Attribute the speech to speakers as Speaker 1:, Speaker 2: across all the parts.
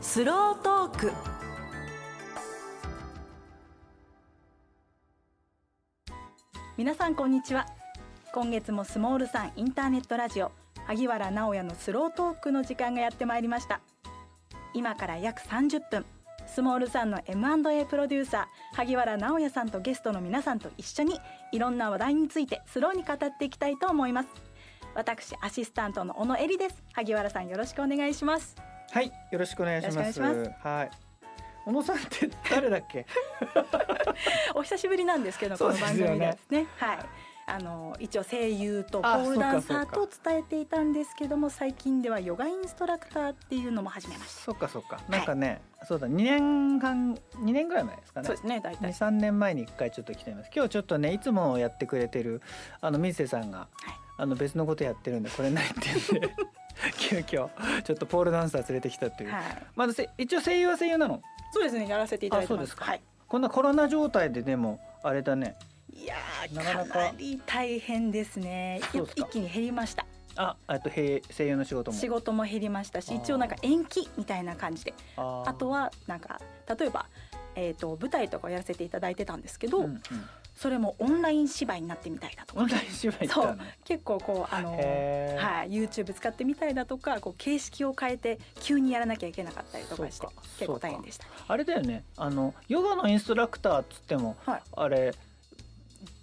Speaker 1: スロートーク皆さんこんにちは今月もスモールさんインターネットラジオ萩原直也のスロートークの時間がやってまいりました今から約30分スモールさんの M&A プロデューサー萩原直也さんとゲストの皆さんと一緒にいろんな話題についてスローに語っていきたいと思います私アシスタントの小野恵里です萩原さんよろしくお願いします
Speaker 2: はい、よろしくお願いします。
Speaker 1: よろしくお願
Speaker 2: はい。小野さんって誰だっ け？
Speaker 1: お久しぶりなんですけど、この番組ですね。はい。あの一応声優とポールダンサー
Speaker 2: あそ
Speaker 1: と伝えていたんですけども最近ではヨガインストラクターっていうのも始めまし
Speaker 2: そっかそっか。なんかね、そうだ、2年半、2年ぐらい前です
Speaker 1: た
Speaker 2: かね。
Speaker 1: そうですね大
Speaker 2: 2、
Speaker 1: 体
Speaker 2: 3年前に一回ちょっと来てます。今日ちょっとね、いつもやってくれてるあの水瀬さんが、
Speaker 1: い
Speaker 2: あの別のことやってるんでこれないって 言うんで、急遽ちょっとポールダンサー連れてきたという。
Speaker 1: はい
Speaker 2: まあせ一応声優は声優なの。
Speaker 1: そうですねやらせていただいて
Speaker 2: あそ
Speaker 1: ま
Speaker 2: うですすか
Speaker 1: はい
Speaker 2: こんなコロナ状態ででもあれだね。
Speaker 1: いやー
Speaker 2: なかなか
Speaker 1: かなり大変ですね
Speaker 2: そうですか
Speaker 1: 一気に減りました
Speaker 2: あ、えっとへい声優の仕事も。
Speaker 1: 仕事も減りましたし
Speaker 2: あー
Speaker 1: 一応なんか延期みたいな感じで
Speaker 2: あー
Speaker 1: あとはなんか例えばえー、と舞台とかをやらせていただいてたんですけど、
Speaker 2: うんうん
Speaker 1: それもオンライン芝居になってみたいだとか
Speaker 2: オンライン芝居行ったの。
Speaker 1: 結構こうあの
Speaker 2: へー
Speaker 1: はい、YouTube 使ってみたいだとかこう形式を変えて急にやらなきゃいけなかったりとかして
Speaker 2: そうか
Speaker 1: 結構大変でしたね。
Speaker 2: あれだよねあのヨガのインストラクターっつっても、
Speaker 1: はい
Speaker 2: あれ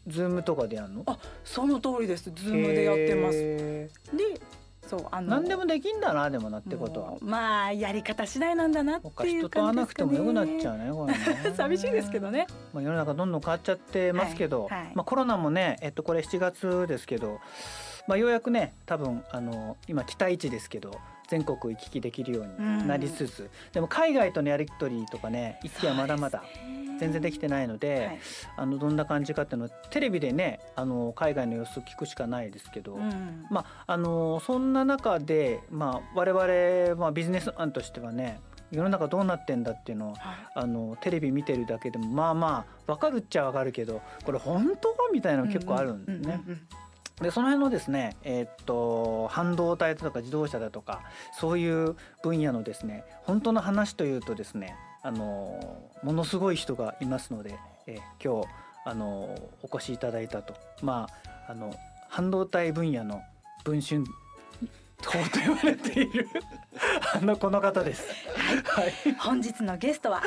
Speaker 2: ズームとかでやるの
Speaker 1: あその通りです Zoom でやってます。
Speaker 2: す
Speaker 1: でそうあの
Speaker 2: 何でもできんだなでもなってこと
Speaker 1: も
Speaker 2: は
Speaker 1: うまあやり方次第なんだなっ
Speaker 2: そってか
Speaker 1: い
Speaker 2: 人
Speaker 1: う
Speaker 2: と会わ
Speaker 1: 感じ
Speaker 2: な
Speaker 1: で
Speaker 2: く
Speaker 1: す
Speaker 2: て
Speaker 1: か
Speaker 2: も
Speaker 1: ね。
Speaker 2: よくなっちゃうねこれね
Speaker 1: 寂しいですけどね。
Speaker 2: まあ世の中どんどん変わっちゃってますけど、
Speaker 1: はいはい
Speaker 2: まあコロナもねえっとこれ7月ですけどまあようやくね多分あの今期待値ですけど全国行き来できるようになりつつ、でも海外とのやり取りとかね行き来はまだまだ全然できてないので、
Speaker 1: はい
Speaker 2: あのどんな感じかっていうのはテレビでねあの海外の様子聞くしかないですけど、
Speaker 1: うん
Speaker 2: まああのそんな中で、まあ、我々、まあ、ビジネス案としてはね世の中どうなってんだっていうのを
Speaker 1: は
Speaker 2: あのテレビ見てるだけでもまあまあ分かるっちゃ分かるけどこれ本当みたいなの結構あるんでね。
Speaker 1: ううんうん
Speaker 2: でその辺のですね、えーっと半導体だとか自動車だとかそういう分野のですね本当の話というとですねあのーものすごい人がいますので、えー今日あのーお越しいただいたとまああの半導体分野の文春党と言われている あのこの方です。はい
Speaker 1: うん本日のゲストは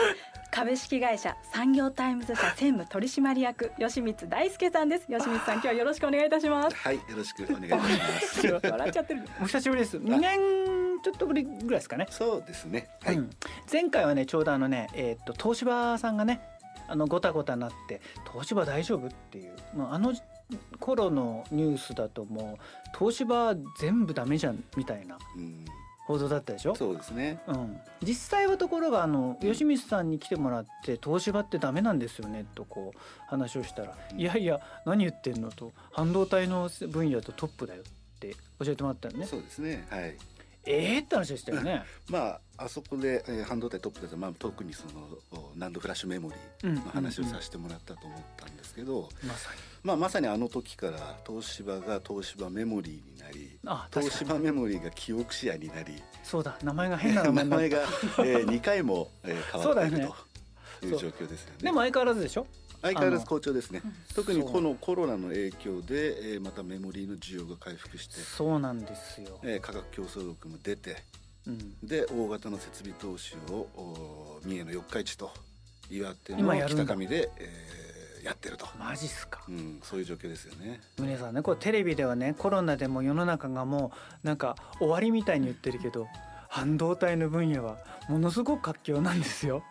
Speaker 1: 株式会社産業タイムズ社専務取締役吉光大輔さんです。吉光さん今日はよろしくお願いいたします。
Speaker 3: はい、よろしくお願いいたします。
Speaker 1: 笑っちゃってる。
Speaker 2: お久しぶりです。2年ちょっとぶりぐらいですかね。
Speaker 3: そうですね。はい、
Speaker 2: うん前回はねちょうどあのね、えーっと東芝さんがねあのごたごたなって「東芝大丈夫?」っていう、まあ、あの頃のニュースだともう東芝全部ダメじゃんみたいな
Speaker 3: うん、
Speaker 2: 報道だったでしょ
Speaker 3: そうですね。
Speaker 2: うん、実際はところがあの
Speaker 3: うん
Speaker 2: 吉光さんに来てもらって「東芝ってダメなんですよね」とこう話をしたら「
Speaker 3: うん
Speaker 2: いやいや何言ってんの?」と「半導体の分野とトップだよ」って教えてもらったのね
Speaker 3: そうですね。はい。
Speaker 2: ええって話でしたよね。
Speaker 3: まああそこで、えー半導体トップだと、まあ特にそのお何度フラッシュメモリーの話をさせてもらったと思ったんですけど、
Speaker 2: まさに
Speaker 3: まあまさにあの時から東芝が東芝メモリーになり、
Speaker 2: あ確
Speaker 3: 東
Speaker 2: かに
Speaker 3: 芝メモリーが記憶シェアになり、
Speaker 2: そうだ名前が変な名 前
Speaker 3: 名
Speaker 2: になっ
Speaker 3: 前が、えー、2回も、えー変わっている
Speaker 2: そ
Speaker 3: という状況ですよね。
Speaker 2: でも相変わらずでしょ
Speaker 3: 相変わらず好調ですね
Speaker 1: あの。
Speaker 3: 特に
Speaker 2: そう
Speaker 3: このコロナの影響で、えーまたメモリーの需要が回復して、
Speaker 2: そうなんですよ、
Speaker 3: えー価格競争力も出て
Speaker 2: うん、
Speaker 3: で大型の設備投資をおー三重の四日市と岩手の
Speaker 2: 今やるんだ
Speaker 3: 北上で、えーやってると、
Speaker 2: マジっすか
Speaker 3: うん、そういう状況ですよね。
Speaker 2: 皆さんねこうテレビではねコロナでも世の中がもうなんか終わりみたいに言ってるけど半導体の分野はものすごく活況なんですよ。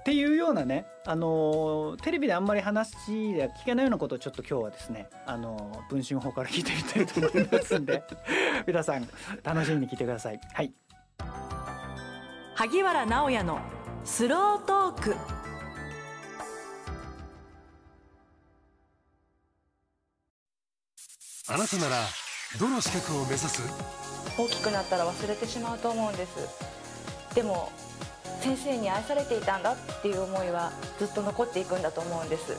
Speaker 2: っていうようなね、あのーテレビであんまり話が聞けないようなことをちょっと今日はですね、あのー文春法から聞いてみたいと 思いますんで皆さん楽しみに聞いてください。はい
Speaker 1: 萩原直也のスロートーク
Speaker 4: あなたならどの資格を目指す
Speaker 5: 大きくなったら忘れてしまうと思うんですでも先生に愛されていたんだっていう思いはずっと残っていくんだと思うんです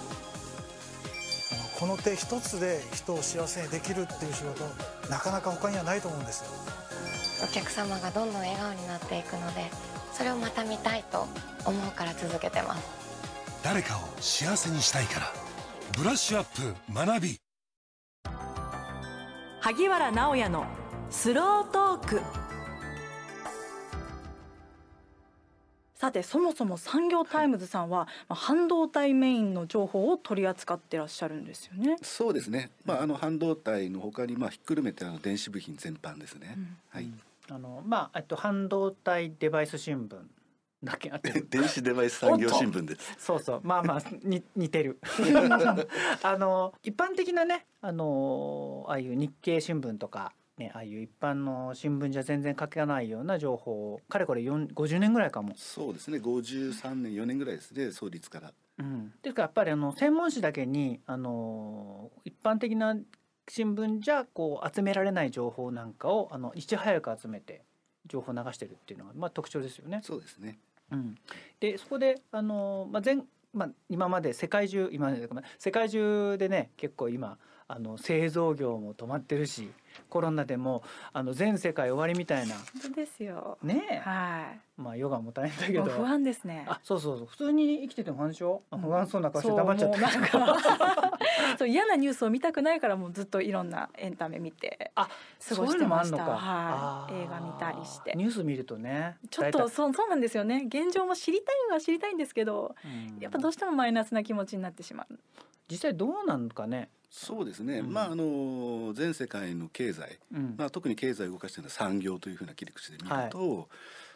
Speaker 6: この手一つで人を幸せにできるっていう仕事なかなか他にはないと思うんですよ
Speaker 7: お客様がどんどん笑顔になっていくのでそれをまた見たいと思うから続けてます
Speaker 4: 誰かを幸せにしたいからブラッシュアップ学び
Speaker 1: 萩原直也のスロートークさてそもそも産業タイムズさんは、まあ半導体メインの情報を取り扱ってらっしゃるんですよね。
Speaker 3: そうですね。まああの半導体の他にまあひっくるめてあの電子部品全般ですね。
Speaker 1: うん
Speaker 3: はい。
Speaker 2: あのまあえっと半導体デバイス新聞だっけあって る
Speaker 3: 電子デバイス産業新聞です。
Speaker 2: そうそうまあまあに似て るあの一般的なねあのああいう日経新聞とか、ね、ああいう一般の新聞じゃ全然書かないような情報をかれこれ4 50年ぐらいかも。
Speaker 3: そうですね。53年4年ぐらいですね。創立から。
Speaker 2: うん、ですからやっぱりあの専門誌だけにあの一般的な新聞じゃこう集められない情報なんかをあのいち早く集めて情報を流してるっていうのが、まあ、特徴ですよね。
Speaker 3: そうですね。
Speaker 2: うん、でそこであの、まあ前まあ、今まで世界中今までごめん世界中でね結構今あの製造業も止まってるしコロナでもあの全世界終わりみたいな
Speaker 1: 本当ですよ。
Speaker 2: ねえ、
Speaker 1: は
Speaker 2: まあヨガも大変だけ
Speaker 1: い。も
Speaker 2: ど
Speaker 1: う不安ですね。
Speaker 2: あそうそうそう普通に生きてても不安でしょあ不安そうな顔して
Speaker 1: そう
Speaker 2: 黙っちゃっ
Speaker 1: もう なん
Speaker 2: た。
Speaker 1: か そう嫌なニュースを見たくないからもうずっといろんなエンタメ見て
Speaker 2: あ
Speaker 1: 過ごしてました
Speaker 2: そういうのもあんのかあ
Speaker 1: はい
Speaker 2: ー
Speaker 1: 映画見たりして
Speaker 2: ニュース見るとね
Speaker 1: ちょっ
Speaker 2: 大
Speaker 1: と
Speaker 2: 体
Speaker 1: そうそうなんですよね現状も知りたいのは知りたいんですけど
Speaker 2: うん
Speaker 1: やっぱどうしてもマイナスな気持ちになってしまう
Speaker 2: 実際どうなんかね、
Speaker 3: そうですね。
Speaker 2: うん
Speaker 3: まああの全世界の経済、
Speaker 2: うん
Speaker 3: まあ特に経済を動かしているのは産業というふうな切り口で見ると。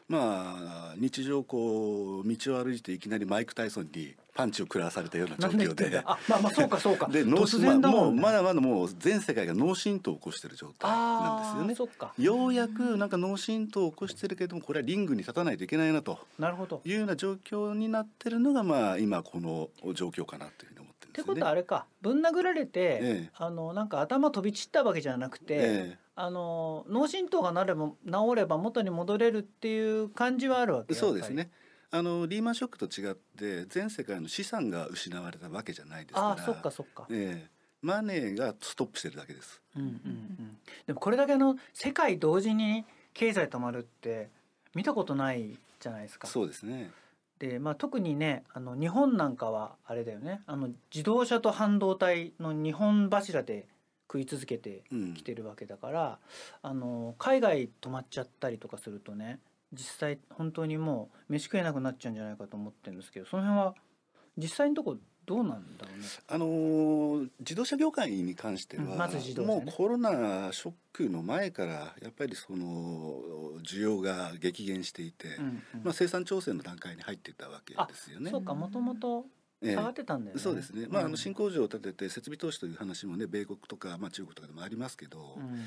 Speaker 3: まあ日常こう道を歩いていきなりマイク・タイソンにパンチを食らわされたような状
Speaker 2: なんで言っ
Speaker 3: 況
Speaker 2: てんだ
Speaker 3: で
Speaker 2: あまあまあそうかそうか
Speaker 3: で脳
Speaker 2: 突然
Speaker 3: 震ま
Speaker 2: だ
Speaker 3: あ
Speaker 2: も
Speaker 3: もうん
Speaker 2: ね
Speaker 3: まだまだもう全世界が脳震盪を起こしてる状態
Speaker 2: あ
Speaker 3: なんです
Speaker 2: ーそっ
Speaker 3: よね。
Speaker 2: か
Speaker 3: ようやくなんか脳震盪を起こしてるけれどもこれはリングに立たないといけないなと
Speaker 2: なるほど。っ
Speaker 3: いうような状況になってるのがまあ今この状況かなというふうに思ってるん
Speaker 2: て
Speaker 3: ですよ
Speaker 2: こ
Speaker 3: ね。
Speaker 2: とはあれかぶん殴られて、
Speaker 3: ええ
Speaker 2: あのなんか頭飛び散ったわけじゃなくて、
Speaker 3: え
Speaker 2: あの脳震盪がなれば治れば元に戻れるっていう感じはあるわ
Speaker 3: え
Speaker 2: け
Speaker 3: そうです。ね。あのリーマンショックと違って全世界の資産が失われたわけじゃないですから。
Speaker 2: ああーそっかそっか。
Speaker 3: ええマネーがストップしてるだけです。
Speaker 2: うんうんうん。でもこれだけあの世界同時に経済止まるって見たことないじゃないですか。
Speaker 3: そうですね。
Speaker 2: でまあ特にねあの日本なんかはあれだよねあの自動車と半導体の日本柱で食い続けて
Speaker 3: うん
Speaker 2: 来てるわけだから、あの海外泊まっちゃったりとかするとね実際本当にもう飯食えなくなっちゃうんじゃないかと思ってるんですけどその辺は実際のとこどうなんだろうね。
Speaker 3: あのー自動車業界に関しては、
Speaker 2: うんまず自動車ね
Speaker 3: もうコロナショックの前からやっぱりその需要が激減していて、
Speaker 2: うんうん
Speaker 3: まあ、生産調整の段階に入っていたわけですよね。
Speaker 2: そうかもともと
Speaker 3: ええ
Speaker 2: 下がってたんだよね。
Speaker 3: そうですね、まあ、あ
Speaker 2: う
Speaker 3: の
Speaker 2: ん
Speaker 3: 新工場を建てて設備投資という話もね米国とか、まあ、中国とかでもありますけど、
Speaker 2: うん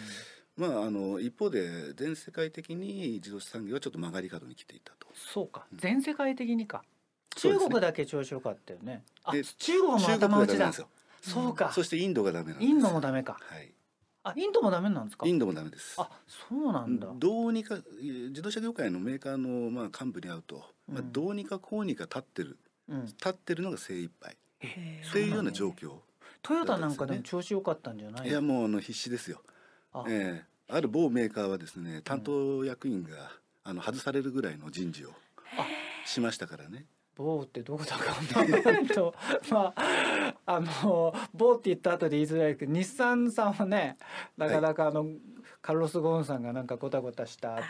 Speaker 3: まあ、あの一方で全世界的に自動車産業はちょっと曲がり角に来ていたと。
Speaker 2: そうか
Speaker 3: うん
Speaker 2: 全世界的にか
Speaker 3: そう
Speaker 2: 中
Speaker 3: ですね
Speaker 2: 国だけ調子よかったよね。あ
Speaker 3: で
Speaker 2: 中国も頭打ち
Speaker 3: がダメな
Speaker 2: だ
Speaker 3: んです。よ。
Speaker 2: そうか。
Speaker 3: そしてインドがダメなんです。
Speaker 2: インドもダメか。
Speaker 3: はい。
Speaker 2: あ、インドもダメなんですか
Speaker 3: イ。ンドもダメです。
Speaker 2: あ、そうなんだ。
Speaker 3: どうにかえー自動車業界のメーカーのまあ幹部に会うと、
Speaker 2: うん
Speaker 3: まあどうにかこうにか立ってる
Speaker 2: うん。
Speaker 3: 立ってるのが精一杯
Speaker 1: へー
Speaker 3: っていうような状況、
Speaker 2: トヨタなんかでも調子良かったんじゃない。
Speaker 3: いやもうあの必死ですよ。
Speaker 2: あ、
Speaker 3: ええある某メーカーはですね担当役員が、あの外されるぐらいの人事を
Speaker 2: あ
Speaker 3: しましたからね。
Speaker 2: ボーってどこだかわかんないけど まああのボーって言った後で言いづらいけど日産さんはねなかなかあの、カルロス・ゴーンさんがなんかごたごたした後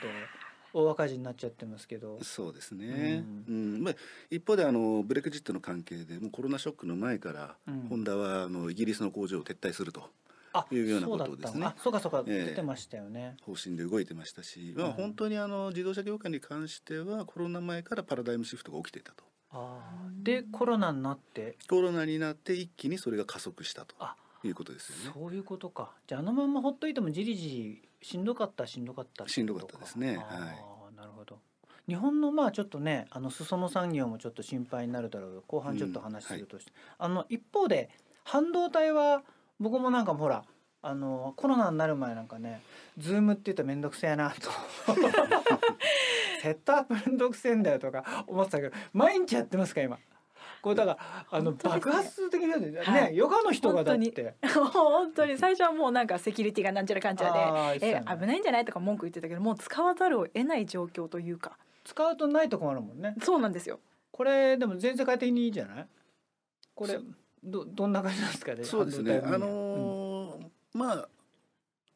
Speaker 2: 大赤字になっちゃってますけど
Speaker 3: そうですね。うん、まあ一方であのブレクジットの関係でもうコロナショックの前から、
Speaker 2: うん
Speaker 3: ホンダはあのイギリスの工場を撤退すると
Speaker 2: あ
Speaker 3: いうようなことをですね
Speaker 2: そうだったあそうかそうか、
Speaker 3: ええ
Speaker 2: 出てましたよね
Speaker 3: 方針で動いてましたし、ま
Speaker 2: う
Speaker 3: あ
Speaker 2: ん
Speaker 3: 本当にあの自動車業界に関してはコロナ前からパラダイムシフトが起きていたと。
Speaker 2: あーでコロナになって
Speaker 3: コロナになって一気にそれが加速したと
Speaker 2: あ
Speaker 3: いうことですよね。
Speaker 2: そういうことかじゃああのまんまほっといてもじりじりしんどかったらしんどかったてこと
Speaker 3: しんどかったですね
Speaker 2: あー
Speaker 3: は
Speaker 2: なるほど日本のまあちょっとねあの裾野産業もちょっと心配になるだろうが後半ちょっと話するとして、あの一方で半導体は僕もなんかほらあのコロナになる前なんかねズームって言ったら面倒くせえなとセットアップ面倒くせえんだよとか思ってたけど毎日やってますか今。これだからあの、
Speaker 1: 本当ですね
Speaker 2: 爆発的なね、
Speaker 1: は
Speaker 2: ヨガの人がだっ
Speaker 1: 本当
Speaker 2: て。
Speaker 1: 本当に最初はもうなんかセキュリティがなんちゃらかんちゃら
Speaker 2: あー
Speaker 1: で、え
Speaker 2: そうやね
Speaker 1: 危ないんじゃないとか文句言ってたけどもう使わざるを得ない状況というか
Speaker 2: 使うとないと困るもんね。
Speaker 1: そうなんですよ
Speaker 2: これでも全世界的にいいじゃない。これ
Speaker 3: そ
Speaker 2: どどんな感じなんですかね。
Speaker 3: そうですね。
Speaker 2: 半導体分野
Speaker 3: あ
Speaker 2: うん
Speaker 3: のーまあ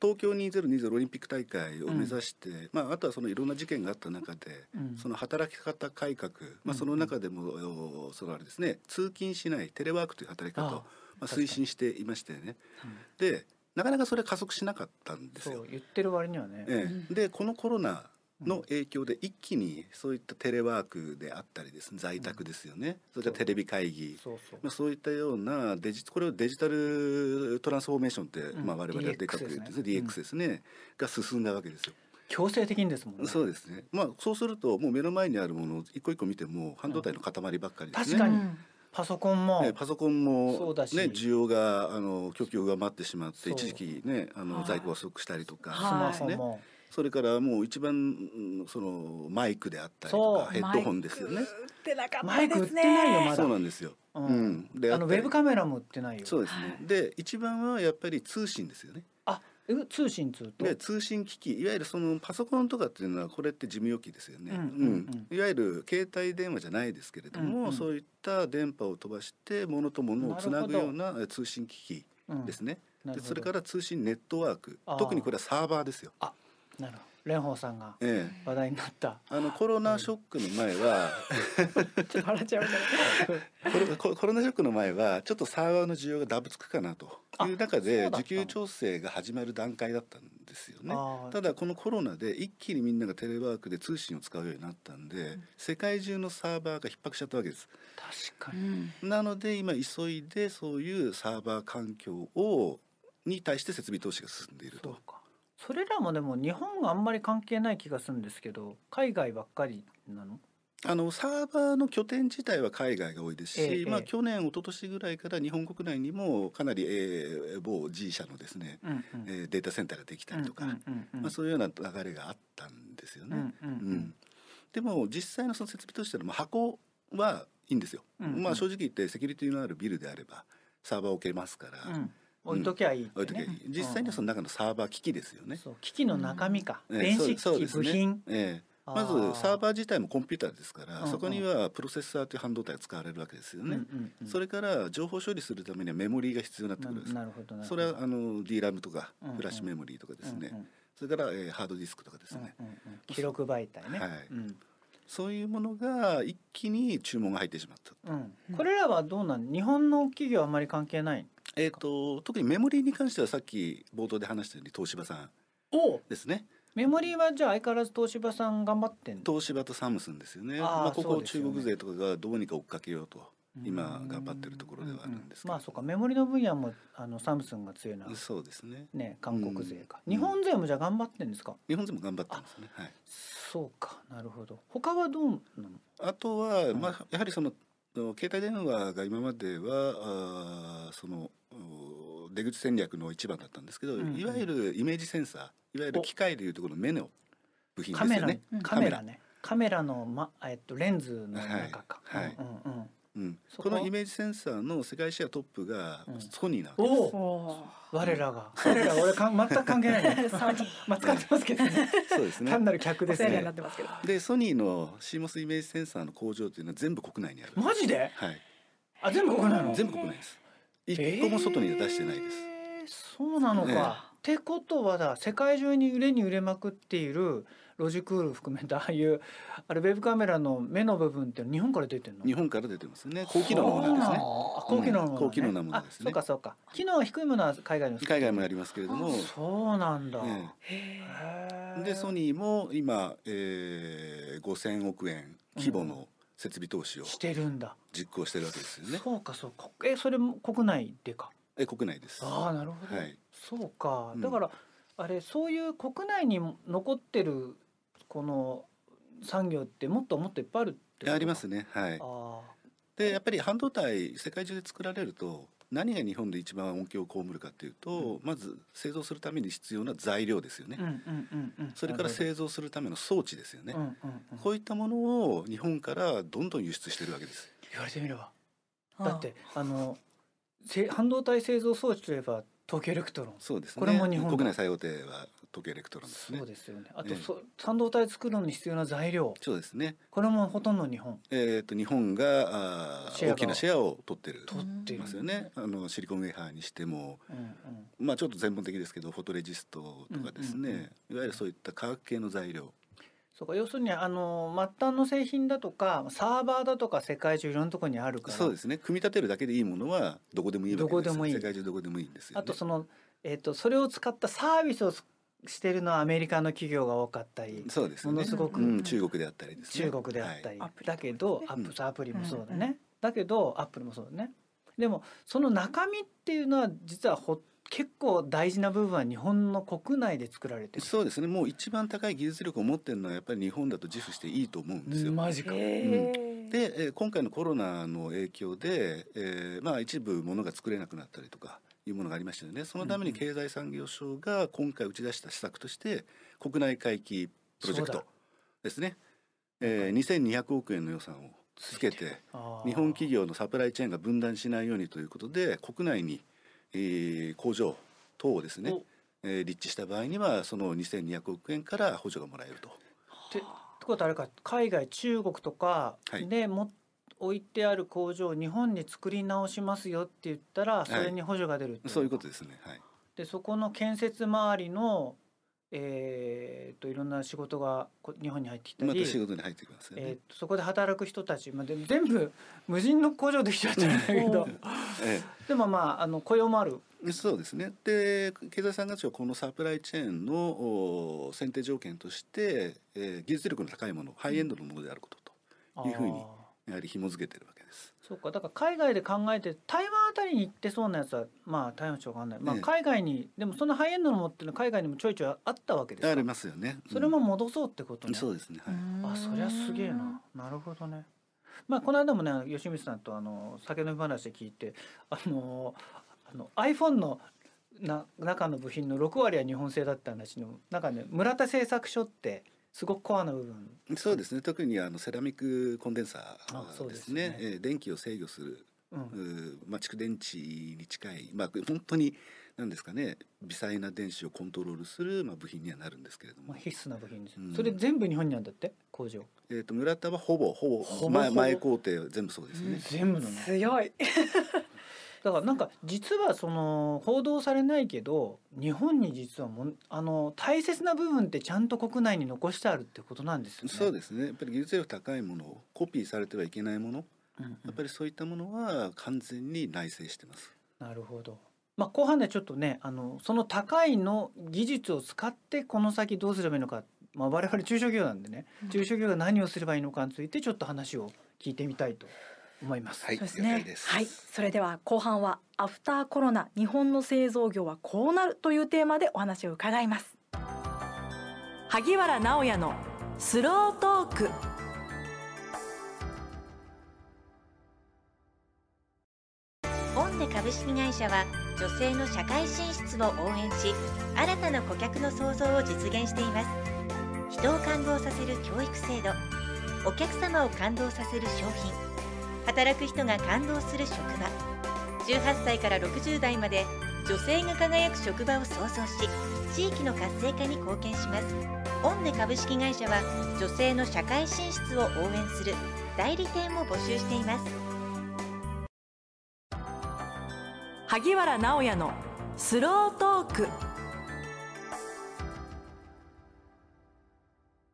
Speaker 3: 東京2020オリンピック大会を目指して、まああとはそのいろんな事件があった中で、
Speaker 2: うん
Speaker 3: その働き方改革、ま
Speaker 2: うん
Speaker 3: あその中でも、おそのあれですね、通勤しないテレワークという働き方を
Speaker 2: ああ
Speaker 3: まあ
Speaker 2: 確かに
Speaker 3: 推進していましてね。
Speaker 2: うん
Speaker 3: で、なかなかそれ加速しなかったんです
Speaker 2: そ
Speaker 3: よ
Speaker 2: う。言ってる割にはね。
Speaker 3: ええ、でこのコロナ
Speaker 2: う
Speaker 3: の
Speaker 2: ん
Speaker 3: 影響で一気にそういったテレワークであったりですね在宅ですよね、
Speaker 2: うん
Speaker 3: それからテレビ会議
Speaker 2: そうそう
Speaker 3: まあ、。そういったようなデジこれをデジタルトランスフォーメーションって、
Speaker 2: ん
Speaker 3: まあ、我々はデカ
Speaker 2: DX
Speaker 3: ップですね
Speaker 2: ですね
Speaker 3: DX ですね、が進んだわけですよ。
Speaker 2: 強制的にですもんね。
Speaker 3: そうですね、まあ、そうするともう目の前にあるものを一個一個見ても半導体の塊ばっかりです
Speaker 2: 確
Speaker 3: ね。
Speaker 2: かに
Speaker 1: うん
Speaker 2: パソコンも
Speaker 3: ねパソコン
Speaker 2: そう
Speaker 3: も、ね、
Speaker 2: だし
Speaker 3: 需要があの供給を上回ってしまって
Speaker 2: そう
Speaker 3: 一時期ねあ
Speaker 1: は
Speaker 3: の
Speaker 1: い
Speaker 3: 在庫が不足したりとか、
Speaker 2: スマ
Speaker 1: はい
Speaker 2: ホも。
Speaker 3: それからもう一番うんそのマイクであったりと
Speaker 2: そう
Speaker 3: かヘッドホンですよね。
Speaker 1: 売ってなかっ
Speaker 2: マ
Speaker 1: た
Speaker 2: イク売
Speaker 1: で
Speaker 2: っ
Speaker 1: す
Speaker 2: てないよ
Speaker 1: ね
Speaker 2: まだ。
Speaker 3: そうなんですよ。
Speaker 2: うん
Speaker 3: うん、で
Speaker 2: あのウ
Speaker 3: ったり
Speaker 2: ェブカメラも売ってないよ。
Speaker 3: そうですね。で一番はやっぱり通信ですよね。
Speaker 2: あえ通信通と。
Speaker 3: で通信機器いわゆるそのパソコンとかっていうのはこれって事務用機ですよね、
Speaker 2: うんうん
Speaker 3: いわゆる携帯電話じゃないですけれども、
Speaker 2: うんうん
Speaker 3: そういった電波を飛ばして物と物をつなぐようなえ通信機器
Speaker 2: うん
Speaker 3: ですね、
Speaker 2: なる
Speaker 3: で
Speaker 2: ほど
Speaker 3: それから通信ネットワーク
Speaker 2: あー
Speaker 3: 特にこれはサーバーですよ。
Speaker 2: なるほど。蓮舫さんが
Speaker 3: ええ
Speaker 2: 話題にな った。
Speaker 3: あのコロナショックの前は、
Speaker 1: ちょっと笑っちゃうから
Speaker 3: コロココロナショックの前はちょっとサーバーの需要がダブつくかなという中
Speaker 2: あそ
Speaker 3: で
Speaker 2: うだった
Speaker 3: 需給調整が始まる段階だったんですよね。
Speaker 2: あー
Speaker 3: ただこのコロナで一気にみんながテレワークで通信を使うようになったんで、世界中のサーバーが逼迫しちゃったわけです。
Speaker 2: 確か
Speaker 1: う
Speaker 2: に。
Speaker 1: ん
Speaker 3: なので今急いでそういうサーバー環境をに対して設備投資が進んでいる
Speaker 2: そう
Speaker 3: と。
Speaker 2: か。それらもでも日本があんまり関係ない気がするんですけど、海外ばっかりなの？
Speaker 3: あのサーバーの拠点自体は海外が多いですし、
Speaker 2: ええ
Speaker 3: ま
Speaker 2: え
Speaker 3: あ、
Speaker 2: え
Speaker 3: 去年一昨年ぐらいから日本国内にもかなり、えー某 G 社のですね、
Speaker 2: うんうん。
Speaker 3: えーデータセンターができたりと
Speaker 2: う
Speaker 3: か、
Speaker 2: んうんうんうん
Speaker 3: まあ、そういうような流れがあったんですよね。
Speaker 2: うんうん
Speaker 3: う
Speaker 2: うん
Speaker 3: ん、でも実際のその設備としてはまあ箱はいいんですよ、
Speaker 2: うんうん
Speaker 3: まあ正直言ってセキュリティのあるビルであればサーバーを置けますから、
Speaker 2: うん置いときゃいいってね、
Speaker 3: 置いときゃいい実際にはその中のサーバー機器ですよね。
Speaker 2: そう機器の中身か、
Speaker 3: ええ
Speaker 2: 電子機
Speaker 3: そう
Speaker 2: 器、
Speaker 3: です
Speaker 2: 部
Speaker 3: ね
Speaker 2: 品
Speaker 3: ええまずサー
Speaker 2: ー
Speaker 3: バー自体もコンピューターですから、
Speaker 2: うんうん
Speaker 3: そこにはプロセッサーという半導体が使われるわけですよね、
Speaker 2: うんうんうん
Speaker 3: それから情報処理するためにはメモリーが必要になってくるんです
Speaker 2: ななるほどなるほど
Speaker 3: それはあの DRAM とか
Speaker 2: うんうん
Speaker 3: フラッシュメモリーとかですね、
Speaker 2: うんうん
Speaker 3: それから、えーハードディスクとかですね、
Speaker 2: うんうんうん記録媒体ね、
Speaker 3: はい
Speaker 2: うん
Speaker 3: そういうものが一気に注文が入ってしまっ
Speaker 2: う
Speaker 3: た。
Speaker 2: ん、これらはどうなん日本の企業はあんまり関係ない
Speaker 3: えっ、と特にメモリーに関してはさっき冒頭で話したように東芝さん
Speaker 2: お
Speaker 3: ですね。
Speaker 2: メモリーはじゃあ相変わらず東芝さん頑張ってんの
Speaker 3: 東芝とサムスンですよね。
Speaker 2: あー
Speaker 3: まあここ
Speaker 2: そう
Speaker 3: を
Speaker 2: です
Speaker 3: 中
Speaker 2: よね
Speaker 3: 国勢とかがどうにか追っかけようと今
Speaker 2: うん
Speaker 3: 頑張ってるところではあるんですけ
Speaker 2: う
Speaker 3: ど。
Speaker 2: まあそうかメモリの分野もあのサムスンが強いな
Speaker 3: そうですね。
Speaker 2: ね韓国勢か、
Speaker 3: うん
Speaker 2: 日本勢もじゃあ頑張ってんですか
Speaker 3: 日本勢も頑張ってますね。はい。
Speaker 2: そうかなるほど他はどうなの
Speaker 3: あとは、
Speaker 2: ん
Speaker 3: まあやはりその携帯電話が今まではあーそのお出口戦略の一番だったんですけど、
Speaker 2: うんうん
Speaker 3: いわゆるイメージセンサー、いわゆる機械でいうところの目の部品で
Speaker 2: カ
Speaker 3: す
Speaker 2: メ
Speaker 3: よ
Speaker 2: ラ
Speaker 3: ね。
Speaker 2: カメラねカメラの、まえっと、レンズの中か、
Speaker 3: はいはい
Speaker 2: うんうんうん、
Speaker 3: うん、
Speaker 2: そこ
Speaker 3: このイメージセンサーの世界シェアトップが
Speaker 2: うん
Speaker 3: ソニーなわけです、
Speaker 2: おお
Speaker 1: お
Speaker 2: 我らが我ら俺かん全く関係ない ね
Speaker 1: サニー
Speaker 2: まあ使ってますけどね
Speaker 3: そうですね
Speaker 2: 単なる客で
Speaker 1: お
Speaker 2: す
Speaker 1: 世話に
Speaker 2: ね
Speaker 1: なってますけど
Speaker 3: でソニーの CMOS イメージセンサーの工場というのは全部国内にある
Speaker 2: マジで
Speaker 3: はい
Speaker 2: あ全部ここなの
Speaker 3: 全部国内です一個も外には出してないです、
Speaker 2: す、そうなのか、
Speaker 3: ええ
Speaker 2: ってことはだ世界中に売れに売れまくっているロジクール含めたああいうあれウェブカメラの目の部分って日本から出てるの
Speaker 3: 日本から出てますよね高機能のものなんですね
Speaker 2: あ高機能なもの、ね
Speaker 3: うん高機能なもので
Speaker 2: あ
Speaker 3: すね
Speaker 2: そうかそうか機能が低いものは海外の
Speaker 3: 海外もありますけれども、
Speaker 2: そうなんだ、
Speaker 3: え
Speaker 2: へ
Speaker 3: え
Speaker 2: ー
Speaker 3: でソニーも今、えー、5000億円規模の設備投資を
Speaker 2: してるんだ、
Speaker 3: 実行してるわけですよね、
Speaker 2: そうかそうかえそれも国内でか
Speaker 3: え国内です
Speaker 2: ああなるほど、
Speaker 3: はい
Speaker 2: そうか
Speaker 3: うん
Speaker 2: だから、あれそういう国内に残ってるこの産業ってもっともっといっぱいあるってこと
Speaker 3: ありますねはい
Speaker 2: あ
Speaker 3: でやっぱり半導体世界中で作られると何が日本で一番恩恵を被るかっていうと、まず製造するために必要な材料ですよね、
Speaker 2: ーうんうんうんうん
Speaker 3: それから製造するための装置ですよね、
Speaker 2: うんうんうん
Speaker 3: こういったものを日本からどんどん輸出してるわけです
Speaker 2: 言われてみればだってあのせ半導体製造装置といえば東京エレクトロン
Speaker 3: そうですね
Speaker 2: これも日本だ
Speaker 3: 国内最大手は東京エレクトロンですね
Speaker 2: そうですよねあと、
Speaker 3: ええ
Speaker 2: そ半導体作るのに必要な材料
Speaker 3: そうですね
Speaker 2: これもほとんど日本
Speaker 3: えっ、と日本があ
Speaker 2: シェア
Speaker 3: ー
Speaker 2: が
Speaker 3: 大きなシェアを取ってる
Speaker 2: 取ってい
Speaker 3: い
Speaker 2: る
Speaker 3: ますよねあのシリコンウェハーにしても
Speaker 2: うんうん
Speaker 3: まあちょっと全般的ですけどフォトレジストとかですね、
Speaker 2: うんうん
Speaker 3: いわゆるそういった化学系の材料
Speaker 2: そうか要するにあの末端の製品だとかサーバーだとか世界中いろんなところにあるから
Speaker 3: そうですね組み立てるだけでいいものはどこでもいいわけです
Speaker 2: どこでもいい
Speaker 3: 世界中どこでもいいんですよ、ね、
Speaker 2: あとその、えっとそれを使ったサービスをすしてるのはアメリカの企業が多かったり
Speaker 3: そうですね
Speaker 2: ものすごく
Speaker 3: うん中国であったりですね
Speaker 2: 中国であった
Speaker 3: はい
Speaker 2: り、
Speaker 1: アプリ
Speaker 2: だけどア
Speaker 3: アプリ
Speaker 2: ップアプリもそうだ
Speaker 1: うんうん
Speaker 2: ね、だけどアップルもそうだねでもその中身っていうのは実はほ結構大事な部分は日本の国内で作られてる
Speaker 3: そうですねもう一番高い技術力を持ってるのはやっぱり日本だと自負していいと思うんですよ。
Speaker 2: マジか、
Speaker 3: で、えー今回のコロナの影響で、えーまあ、一部ものが作れなくなったりとかいうものがありましたよねそのために
Speaker 2: うん
Speaker 3: 経済産業省が今回打ち出した施策として国内回帰プロジェク
Speaker 2: そうだ
Speaker 3: トですね、えー、2200億円の予算をつけて
Speaker 2: あー
Speaker 3: 日本企業のサプライチェーンが分断しないようにということで国内に、えー工場等をですね
Speaker 2: お、
Speaker 3: えー立地した場合にはその2200億円から補助がもらえると。
Speaker 2: ってことはあれか海外中国とか
Speaker 3: はい
Speaker 2: でも、置いてある工場を日本に作り直しますよって言ったら
Speaker 3: い
Speaker 2: それに補助が出るって
Speaker 3: そういうこと
Speaker 2: で
Speaker 3: ですね。はい。
Speaker 2: でそこの建設周りのえーっといろんな仕事がこ日本に入ってきたり
Speaker 3: また仕事に入ってきますよ
Speaker 2: え
Speaker 3: ね。
Speaker 2: ー、とそこで働く人たち、まあ、でも全部無人の工場できちゃったんだけど
Speaker 3: え
Speaker 2: でもまああの雇用もある
Speaker 3: えそうですね。で、経済産業省はこのサプライチェーンのお選定条件として、えー技術力の高いもの、ハイエンドのものであることと、いうふうに
Speaker 2: あー
Speaker 3: やはり紐付けてるわけです。
Speaker 2: そうかだから海外で考えて台湾あたりに行ってそうなやつはまあ台湾しょうがない、まあ、
Speaker 3: ええ
Speaker 2: 海外にでもそのハイエンドのものっていうのは海外にもちょいちょいあったわけです
Speaker 3: あ
Speaker 2: か
Speaker 3: りますよね。うん
Speaker 2: それも、戻そうってことね、
Speaker 3: そうですね。はい。
Speaker 2: あそりゃすげえななるほどねまあこの間もね吉光さんとあの酒飲み話で聞いてあのあの iPhone のな中の部品の6割は日本製だった話のなんかね村田製作所ってすごくコアな部分
Speaker 3: そうですね。特にあのセラミックコンデンサ
Speaker 2: あそ
Speaker 3: ー
Speaker 2: う
Speaker 3: で
Speaker 2: ですすね
Speaker 3: ね。えー電気を制御する、
Speaker 2: う
Speaker 3: うんーまあ蓄電池に近い、まあ本当に何ですかね、微細な電子をコントロールするまあ部品にはなるんですけれど
Speaker 2: ま
Speaker 3: も
Speaker 2: あ、、必須な部品です、
Speaker 3: うん
Speaker 2: それ全部日本にあるんだって工場
Speaker 3: えっ、と村田はほぼほぼ
Speaker 2: ほぼ
Speaker 3: 前
Speaker 2: ほぼ
Speaker 3: 前工程は全部そうですね。
Speaker 2: 全部なの
Speaker 5: 強い
Speaker 2: だからなんか実はその報道されないけど日本に実はもんあの大切な部分ってちゃんと国内に残してあるってことなんですよね。
Speaker 3: そうですねやっぱり技術力高いものコピーされてはいけないもの
Speaker 2: うんうん
Speaker 3: やっぱりそういったものは完全に内製してます。
Speaker 2: なるほど。まあ、後半でちょっとねあのその高いの技術を使ってこの先どうすればいいのか、まあ、我々中小企業なんでね、中小企業が何をすればいいのかについてちょっと話を聞いてみたいと思います。
Speaker 3: はい、
Speaker 1: そうです
Speaker 3: 了
Speaker 1: ね
Speaker 3: 解です。
Speaker 1: はいそれでは後半はアフターコロナ日本の製造業はこうなるというテーマでお話を伺います萩原直也のスロートーク
Speaker 8: オンデ株式会社は女性の社会進出を応援し新たな顧客の創造を実現しています人を感動させる教育制度お客様を感動させる商品働く人が感動する職場18歳から60代まで女性が輝く職場を創造し地域の活性化に貢献しますオンデ株式会社は女性の社会進出を応援する代理店を募集しています
Speaker 1: 萩原直也のスロートーク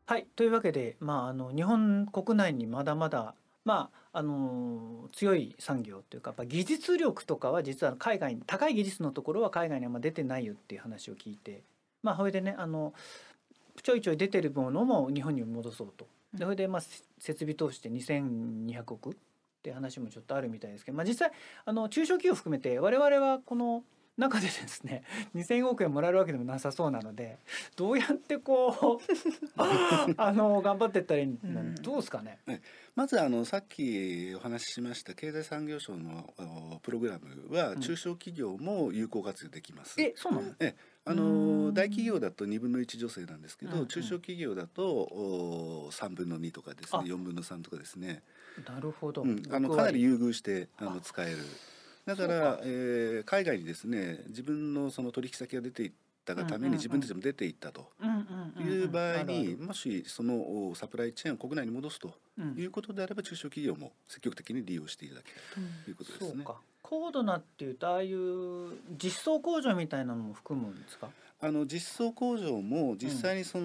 Speaker 2: はい、というわけで、まあ、あの日本国内にまだまだ、まあ、あの強い産業というかやっぱ技術力とかは実は海外に高い技術のところは海外にあんま出てないよっていう話を聞いて、まあ、それでねあのちょいちょい出てるものも日本に戻そうとでそれで、まあ、せ設備投資で2200億って話もちょっとあるみたいですけど、まあ、実際あの中小企業含めて我々はこの中でですね2,000億円もらえるわけでもなさそうなのでどうやってこう あの頑張っていったらいいの、
Speaker 1: うん
Speaker 2: どうですかね
Speaker 3: まずあのさっきお話ししました経済産業省のあのプログラムは
Speaker 2: うん
Speaker 3: 中小企業も有効活用できます。
Speaker 2: えそうなの
Speaker 3: あの大企業だと2分の1女性なんですけど、
Speaker 2: うんうん
Speaker 3: 中小企業だとお3分の2とかですね
Speaker 2: あ
Speaker 3: 4分の3とかですね、
Speaker 2: なるほど、
Speaker 3: うん、あの
Speaker 2: 僕
Speaker 3: か
Speaker 2: は
Speaker 3: なり優遇してあの
Speaker 2: あ
Speaker 3: 使えるだからえー海外にですね自分のその取引先が出ていったがため
Speaker 2: うんうんうん
Speaker 3: に自分たちも出ていったと
Speaker 2: うんうんうんうん
Speaker 3: いう場合
Speaker 2: ある
Speaker 3: にもしそのおサプライチェーンを国内に戻すと
Speaker 2: あるうん
Speaker 3: いうことであれば中小企業も積極的に利用していただきたいということで
Speaker 2: そ
Speaker 3: す
Speaker 2: う
Speaker 3: ね。
Speaker 2: か高度なっていうとああいう実装工場みたいなのも含むんですか
Speaker 3: あの実装工場も実際にそ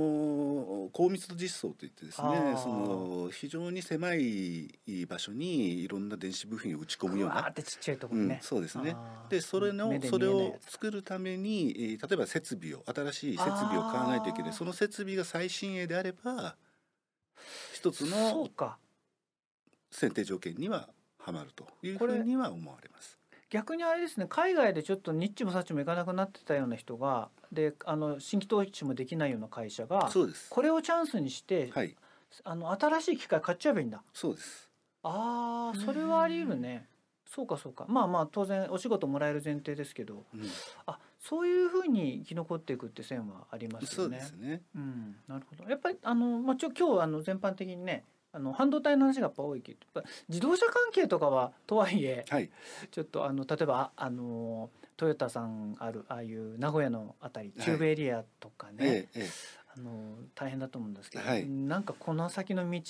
Speaker 3: の高密度実装といってですね、
Speaker 2: あー
Speaker 3: その非常に狭い場所にいろんな電子部品を打ち込むよう
Speaker 2: わー
Speaker 3: な
Speaker 2: っ、てちっちゃいとこ
Speaker 3: う
Speaker 2: ろ
Speaker 3: ん
Speaker 2: ね、、
Speaker 3: そうですね。
Speaker 2: あー
Speaker 3: でそれの
Speaker 2: 目で見
Speaker 3: そ
Speaker 2: えな
Speaker 3: れ
Speaker 2: い
Speaker 3: を
Speaker 2: やつ
Speaker 3: 作るために、えー例えば設備を新しい設備を買わないといけな
Speaker 2: あー
Speaker 3: いその設備が最新鋭であれば一つ
Speaker 2: そう
Speaker 3: の
Speaker 2: か
Speaker 3: 選定条件にははまるというふ
Speaker 2: これ
Speaker 3: うには思われます。
Speaker 2: 逆にあれですね海外でちょっとニッチもサッチもいかなくなってたような人がであの新規投資もできないような会社が
Speaker 3: そうです。
Speaker 2: これをチャンスにして、
Speaker 3: はい、
Speaker 2: あの新しい機械買っちゃえばいいんだ
Speaker 3: そうです。
Speaker 2: あーそれはあり得るねそうかそうかまあまあ当然お仕事もらえる前提ですけど
Speaker 3: うん
Speaker 2: あそういうふうに生き残っていくって線はあります
Speaker 3: そ
Speaker 2: よ
Speaker 3: う
Speaker 2: ね
Speaker 3: ですね。
Speaker 2: うん、なるほど。やっぱりあのまあちょ今日あの全般的にね。あの半導体の話がやっぱ多いけど、やっぱ自動車関係とかはとはい え、
Speaker 3: はい。
Speaker 2: ちょっとあの例えばああのトヨタさんあるああいう名古屋のあたり、
Speaker 3: はい
Speaker 2: 中部エリアとかね、
Speaker 3: ええええ
Speaker 2: あの大変だと思うんですけど、
Speaker 3: はい
Speaker 2: なんかこの先の道っ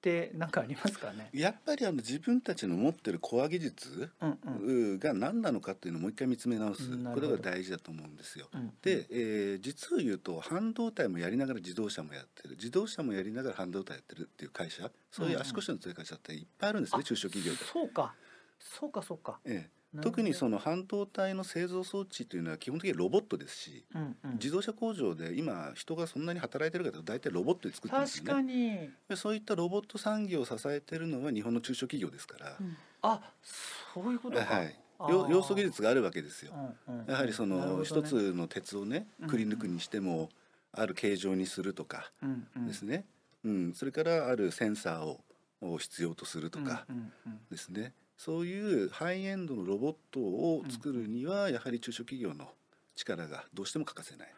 Speaker 2: てなんかありますかね。
Speaker 3: やっぱりあの自分たちの持ってるコア技術
Speaker 2: うんうん。
Speaker 3: うが何なのかっていうのをもう一回見つめ直す
Speaker 2: うんなる
Speaker 3: こ
Speaker 2: ほど
Speaker 3: れが大事だと思うんですよ。
Speaker 2: うん、
Speaker 3: で、えー実を言うと半導体もやりながら自動車もやってる自動車もやりながら半導体やってるっていう会社そういう足腰の強い会社っていっぱいあるんですね、
Speaker 2: あ
Speaker 3: 中小企業で。
Speaker 2: そうか、そうかそうか。
Speaker 3: ええ、特にその半導体の製造装置というのは基本的にロボットですし
Speaker 2: なるほど、うんうん、
Speaker 3: 自動車工場で今人がそんなに働いてるかというと大体ロボットで作ってます
Speaker 2: 確
Speaker 3: よ
Speaker 2: か
Speaker 3: ね
Speaker 2: に。
Speaker 3: でそういったロボット産業を支えてるのは日本の中小企業ですから、
Speaker 2: あ、そういうことか。
Speaker 3: はい、
Speaker 2: あー
Speaker 3: 要要素技術があるわけですよ。
Speaker 2: うんうん、
Speaker 3: やはりそ
Speaker 2: なるほ
Speaker 3: の
Speaker 2: ど
Speaker 3: 一
Speaker 2: ね、
Speaker 3: つの鉄をね
Speaker 2: うん
Speaker 3: くり抜くにしてもある形状にするとか
Speaker 2: うんうん、
Speaker 3: ですね、うんそれからあるセンサーをを必要とするとか
Speaker 2: うんうん
Speaker 3: ですね、そういうハイエンドのロボットを作るにはやはり中小企業の力がどうしても欠かせない。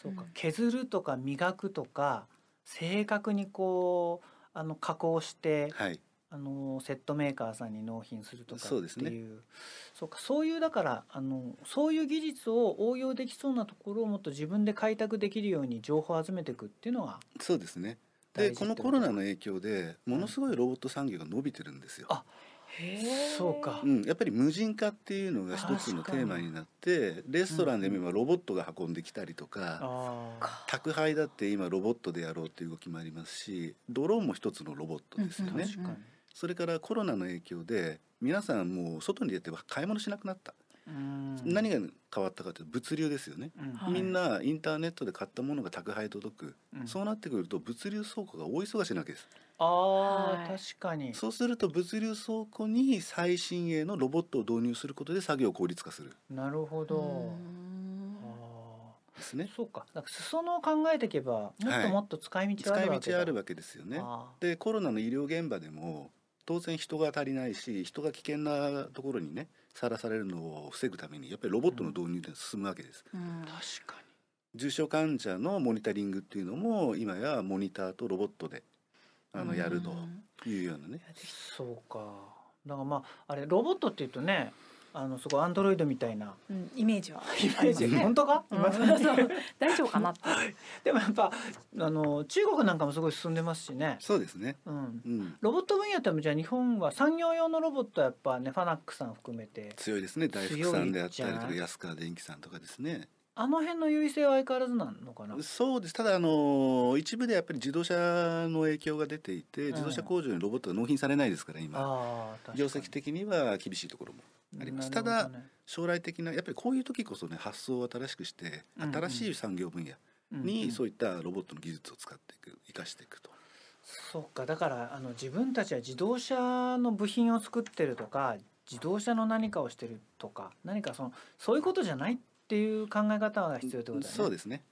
Speaker 2: そうか削るとか磨くとか正確にこうあの加工して
Speaker 3: はい、
Speaker 2: あのセットメーカーさんに納品するとかってい
Speaker 3: そう
Speaker 2: う
Speaker 3: ですね
Speaker 2: そうかそういうだからあのそういう技術を応用できそうなところをもっと自分で開拓できるように情報を集めていくっていうのが
Speaker 3: そうですね
Speaker 2: 大
Speaker 3: で
Speaker 2: 事
Speaker 3: こ
Speaker 2: って
Speaker 3: の
Speaker 2: と
Speaker 3: コロナの影響でものすごいロボット産業が伸びてるんですよ。
Speaker 2: あそうか
Speaker 3: うん、やっぱり無人化っていうのが一つ
Speaker 2: 確
Speaker 3: の
Speaker 2: か
Speaker 3: テ
Speaker 2: に
Speaker 3: ーマになってレストランでも今ロボットが運んできたりとか
Speaker 2: あー
Speaker 3: 宅配だって今ロボットでやろうっていう動きもありますしドローンも一つのロボットですよね、
Speaker 2: 確か
Speaker 3: それからコロナの影響で皆さんもう外に出て買い物しなくなった、
Speaker 2: に、うん
Speaker 3: 何が変わったかというと物流ですよね、
Speaker 2: うん
Speaker 1: はい
Speaker 3: みんなインターネットで買ったものが宅配届く、
Speaker 2: うん
Speaker 3: そうなってくると物流倉庫が大忙しなわけです
Speaker 2: あー、
Speaker 5: はい
Speaker 2: 確かに
Speaker 3: そうすると物流倉庫に最新鋭のロボットを導入することで作業を効率化するん
Speaker 2: なるほど、あー
Speaker 3: ですね
Speaker 2: そうか。だから裾野を考えていけば、もっ
Speaker 3: は
Speaker 2: と
Speaker 3: い
Speaker 2: もっと使い道はあ
Speaker 3: 使
Speaker 2: るわ
Speaker 3: い
Speaker 2: け
Speaker 3: 道
Speaker 2: だ。
Speaker 3: あるわけですよね。
Speaker 2: あ
Speaker 3: でコロナの医療現場でも当然人が足りないし人が危険なところにねさらされるのを防ぐためにやっぱりロボットの導入で進むわけです、
Speaker 2: ー確か
Speaker 3: 重症患者のモニタリングっていうのも今やモニターとロボットであのやるというようなね、
Speaker 2: に。そうか。だからまああれロボットっていうとね、あのすごいアンドロイドみたいな
Speaker 1: うん、イメージは
Speaker 2: イメージ。 本当か？
Speaker 1: うん そう大丈夫かなって
Speaker 2: でもやっぱあの中国なんかもすごい進んでますしね。
Speaker 3: そうですね、
Speaker 2: うん。
Speaker 3: うん、
Speaker 2: ロボット分野ってもじゃあ日本は産業用のロボットはやっぱねファナックさん含めて
Speaker 3: 強いですね大福さんであったり
Speaker 2: 強い
Speaker 3: と
Speaker 2: じ
Speaker 3: か
Speaker 2: ゃん
Speaker 3: 安川電機さんとかですね
Speaker 2: あの辺の優位性は相変わらずなのかな。
Speaker 3: そうですただあの一部でやっぱり自動車の影響が出ていて自動車工場にロボットが納品されないですから今、
Speaker 2: ああ
Speaker 3: 業績的には厳しいところもありますただ将来的なやっぱりこういう時こそね発想を新しくして
Speaker 2: うんうん
Speaker 3: 新しい産業分野にそういったロボットの技術を使っていく生かしていくと
Speaker 2: そうかだからあの自分たちは自動車の部品を作ってるとか自動車の何かをしてるとか何かそのそういうことじゃないっていう考え方が必要ってことだよね。
Speaker 3: そうですね。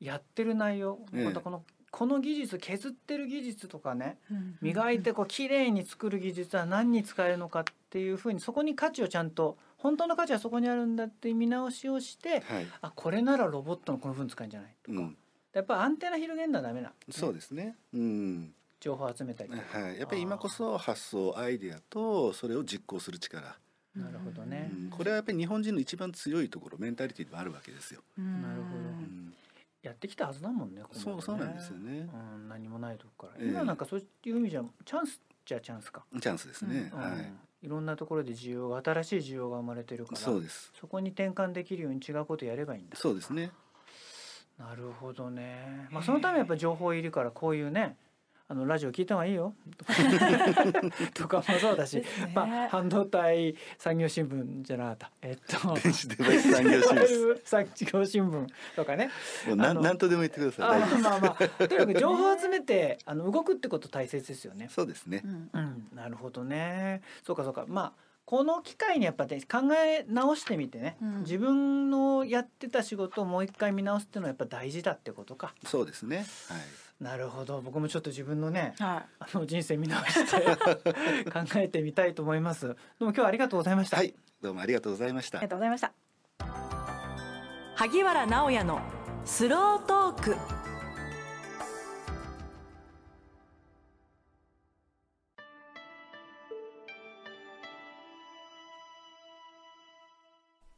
Speaker 2: やってる内容、
Speaker 3: ええ
Speaker 2: またこのこの技術削ってる技術とかね
Speaker 1: うん
Speaker 2: 磨いてこう綺麗に作る技術は何に使えるのかっていうふうにそこに価値をちゃんと本当の価値はそこにあるんだっていう見直しをして
Speaker 3: はい。
Speaker 2: あこれならロボットのこの分使えるんじゃないと
Speaker 3: う
Speaker 2: か、
Speaker 3: ん、
Speaker 2: やっぱアンテナ広げんのはダメな、
Speaker 3: そうですね。うん。
Speaker 2: 情報を集めたりとか
Speaker 3: はい。やっぱり今こそ発想、アイデアとそれを実行する力、
Speaker 2: なるほど
Speaker 3: う
Speaker 2: ね、
Speaker 3: ん、これはやっぱり日本人の一番強いところ、メンタリティでもあるわけですよ。
Speaker 1: うん
Speaker 2: なるほど
Speaker 3: うん、
Speaker 2: やってきたはずだもんねここまで
Speaker 3: そ
Speaker 2: ね
Speaker 3: うそうなんですよね。
Speaker 2: うん、何もないとこから、
Speaker 3: ええ
Speaker 2: 今なんかそういう意味じゃチャンスじゃチャンスか、
Speaker 3: チャンスですね。
Speaker 2: うん
Speaker 3: はい。
Speaker 2: いろんなところで需要が新しい需要が生まれてるから
Speaker 3: そうです。
Speaker 2: そこに転換できるように違うことやればいいんだ
Speaker 3: そうですね。
Speaker 2: なるほどね、まあ、そのためやっぱ情報いるからこういうねあのラジオ聞いた方がい いよとかとかもそうだし、
Speaker 1: ですね
Speaker 2: まあ、半導体産業新聞じゃなかったえっと
Speaker 3: 電 子デバイス産業新聞。
Speaker 2: 産業新聞とかね
Speaker 3: もうな
Speaker 2: あの
Speaker 3: んなんとでも言ってください。
Speaker 2: あ
Speaker 3: 大丈夫です
Speaker 2: まあまあとにかく情報を集めてあの動くってこと大切ですよね。
Speaker 3: そうですね
Speaker 1: う。ん
Speaker 2: うん、なるほどねそうかそうかまあこの機会にやっぱね考え直してみてね、
Speaker 1: うん
Speaker 2: 自分のやってた仕事をもう一回見直すっていうのはやっぱ大事だってことか
Speaker 3: そうですね。はい。
Speaker 2: なるほど僕もちょっと自分のね
Speaker 1: は
Speaker 2: あの人生見直して 考えてみたいと思いますどうも今日はありがとうございました、
Speaker 3: はい、どうもありがとうございま
Speaker 1: い、
Speaker 3: し
Speaker 1: あり
Speaker 3: た
Speaker 1: が。とうございました萩原直也のスロートーク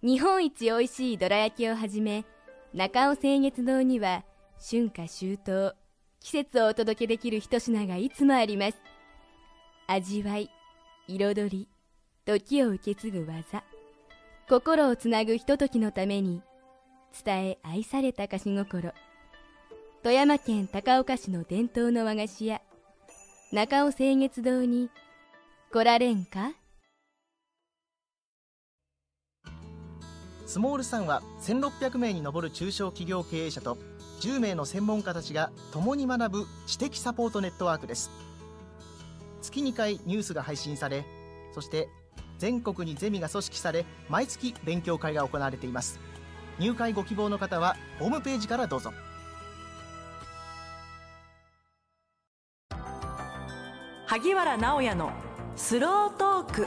Speaker 9: 日本一おいしいどら焼きをはじめ中尾清月堂には春夏秋冬季節をお届けできる一品がいつもあります味わい彩り時を受け継ぐ技心をつなぐひとときのために伝え愛された菓子心富山県高岡市の伝統の和菓子屋中尾清月堂に来られんか
Speaker 10: スモールさんは1600名に上る中小企業経営者と10名の専門家たちが共に学ぶ知的サポートネットワークです月2回ニュースが配信されそして全国にゼミが組織され毎月勉強会が行われています入会ご希望の方はホームページからどうぞ
Speaker 1: 萩原直也のスロートーク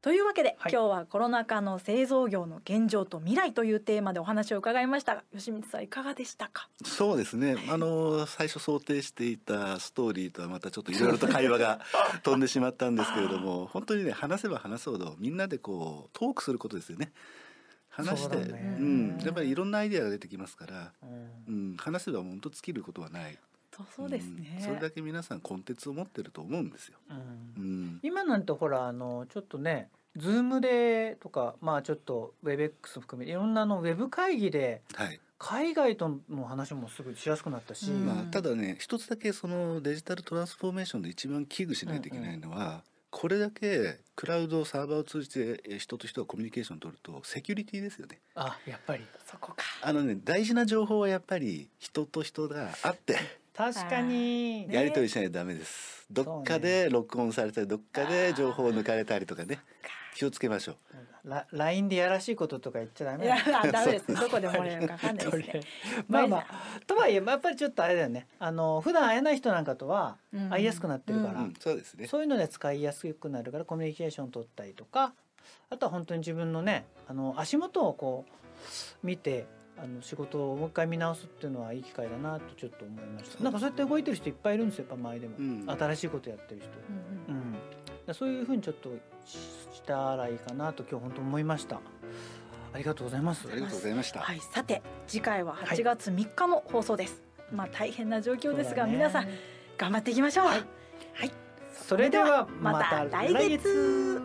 Speaker 1: というわけで、
Speaker 2: はい
Speaker 1: 今日はコロナ禍の製造業の現状と未来というテーマでお話を伺いましたが吉光さんいかがでしたか
Speaker 3: そうですね。あの最初想定していたストーリーとはまたちょっといろいろと会 話が飛んでしまったんですけれども、本当にね話せば話すほどみんなでこうトークすることですよね。話して、
Speaker 2: そうだね
Speaker 3: うん、やっぱりいろんなアイデアが出てきますから、
Speaker 2: うん
Speaker 3: うん、話せば本当尽きることはない。
Speaker 1: そうそうですね、
Speaker 3: んそれだけ皆さんコンテンツを持ってると思うんですよ。
Speaker 2: うん
Speaker 3: うん、
Speaker 2: 今なんてほらあのちょっとねズームでとかまあちょっと WebX 含めていろんなあのウェブ会議で
Speaker 3: はい。
Speaker 2: 海外との話もすぐしやすくなったし、
Speaker 1: うん
Speaker 3: まあ、ただね一つだけそのデジタルトランスフォーメーションで一番危惧しないといけないのは、これだけクラウドサーバーを通じてえー人と人がコミュニケーションを取るとセキュリティですよね。
Speaker 2: あやっぱり
Speaker 1: そこか
Speaker 3: あのね大事な情報はやっぱり人と人があって
Speaker 2: 確かに、
Speaker 1: ね
Speaker 3: やり取りしないとダメです。どっかで録音されたりどっかで情報を抜かれたりとかね気をつけましょう。
Speaker 2: ラ LINE でやらしい こととか言っちゃダ
Speaker 1: い
Speaker 2: メ
Speaker 1: や
Speaker 2: だ
Speaker 1: ダメですねどこでもらえるかわかんないですね
Speaker 2: まあまあとはいえまあやっぱりちょっとあれだよねあの普段会えない人なんかとは
Speaker 1: うん
Speaker 2: 会いやすくなってるか
Speaker 3: う
Speaker 2: ら、
Speaker 3: ん、そうですね。
Speaker 2: そういうので使いやすくなるからコミュニケーション取ったりとかあとは本当に自分のねあの足元をこう見てあの仕事をもう一回見直すっていうのはいい機会だなとちょっと思いました、
Speaker 3: そう
Speaker 2: なんかそうやって動いてる人いっぱいいるんですよやっぱ周りでも、
Speaker 3: うん
Speaker 2: 新しいことやってる人、
Speaker 1: うんうん
Speaker 2: うん、だからそういうふうにちょっとしたらいいかなと今日本当思いましたありがとうございます
Speaker 3: ありがとうございました。
Speaker 1: はい、さて次回は8月3日の放送です、まあ大変な状況ですが、皆さん頑張っていきましょう、
Speaker 2: それでは
Speaker 1: また来月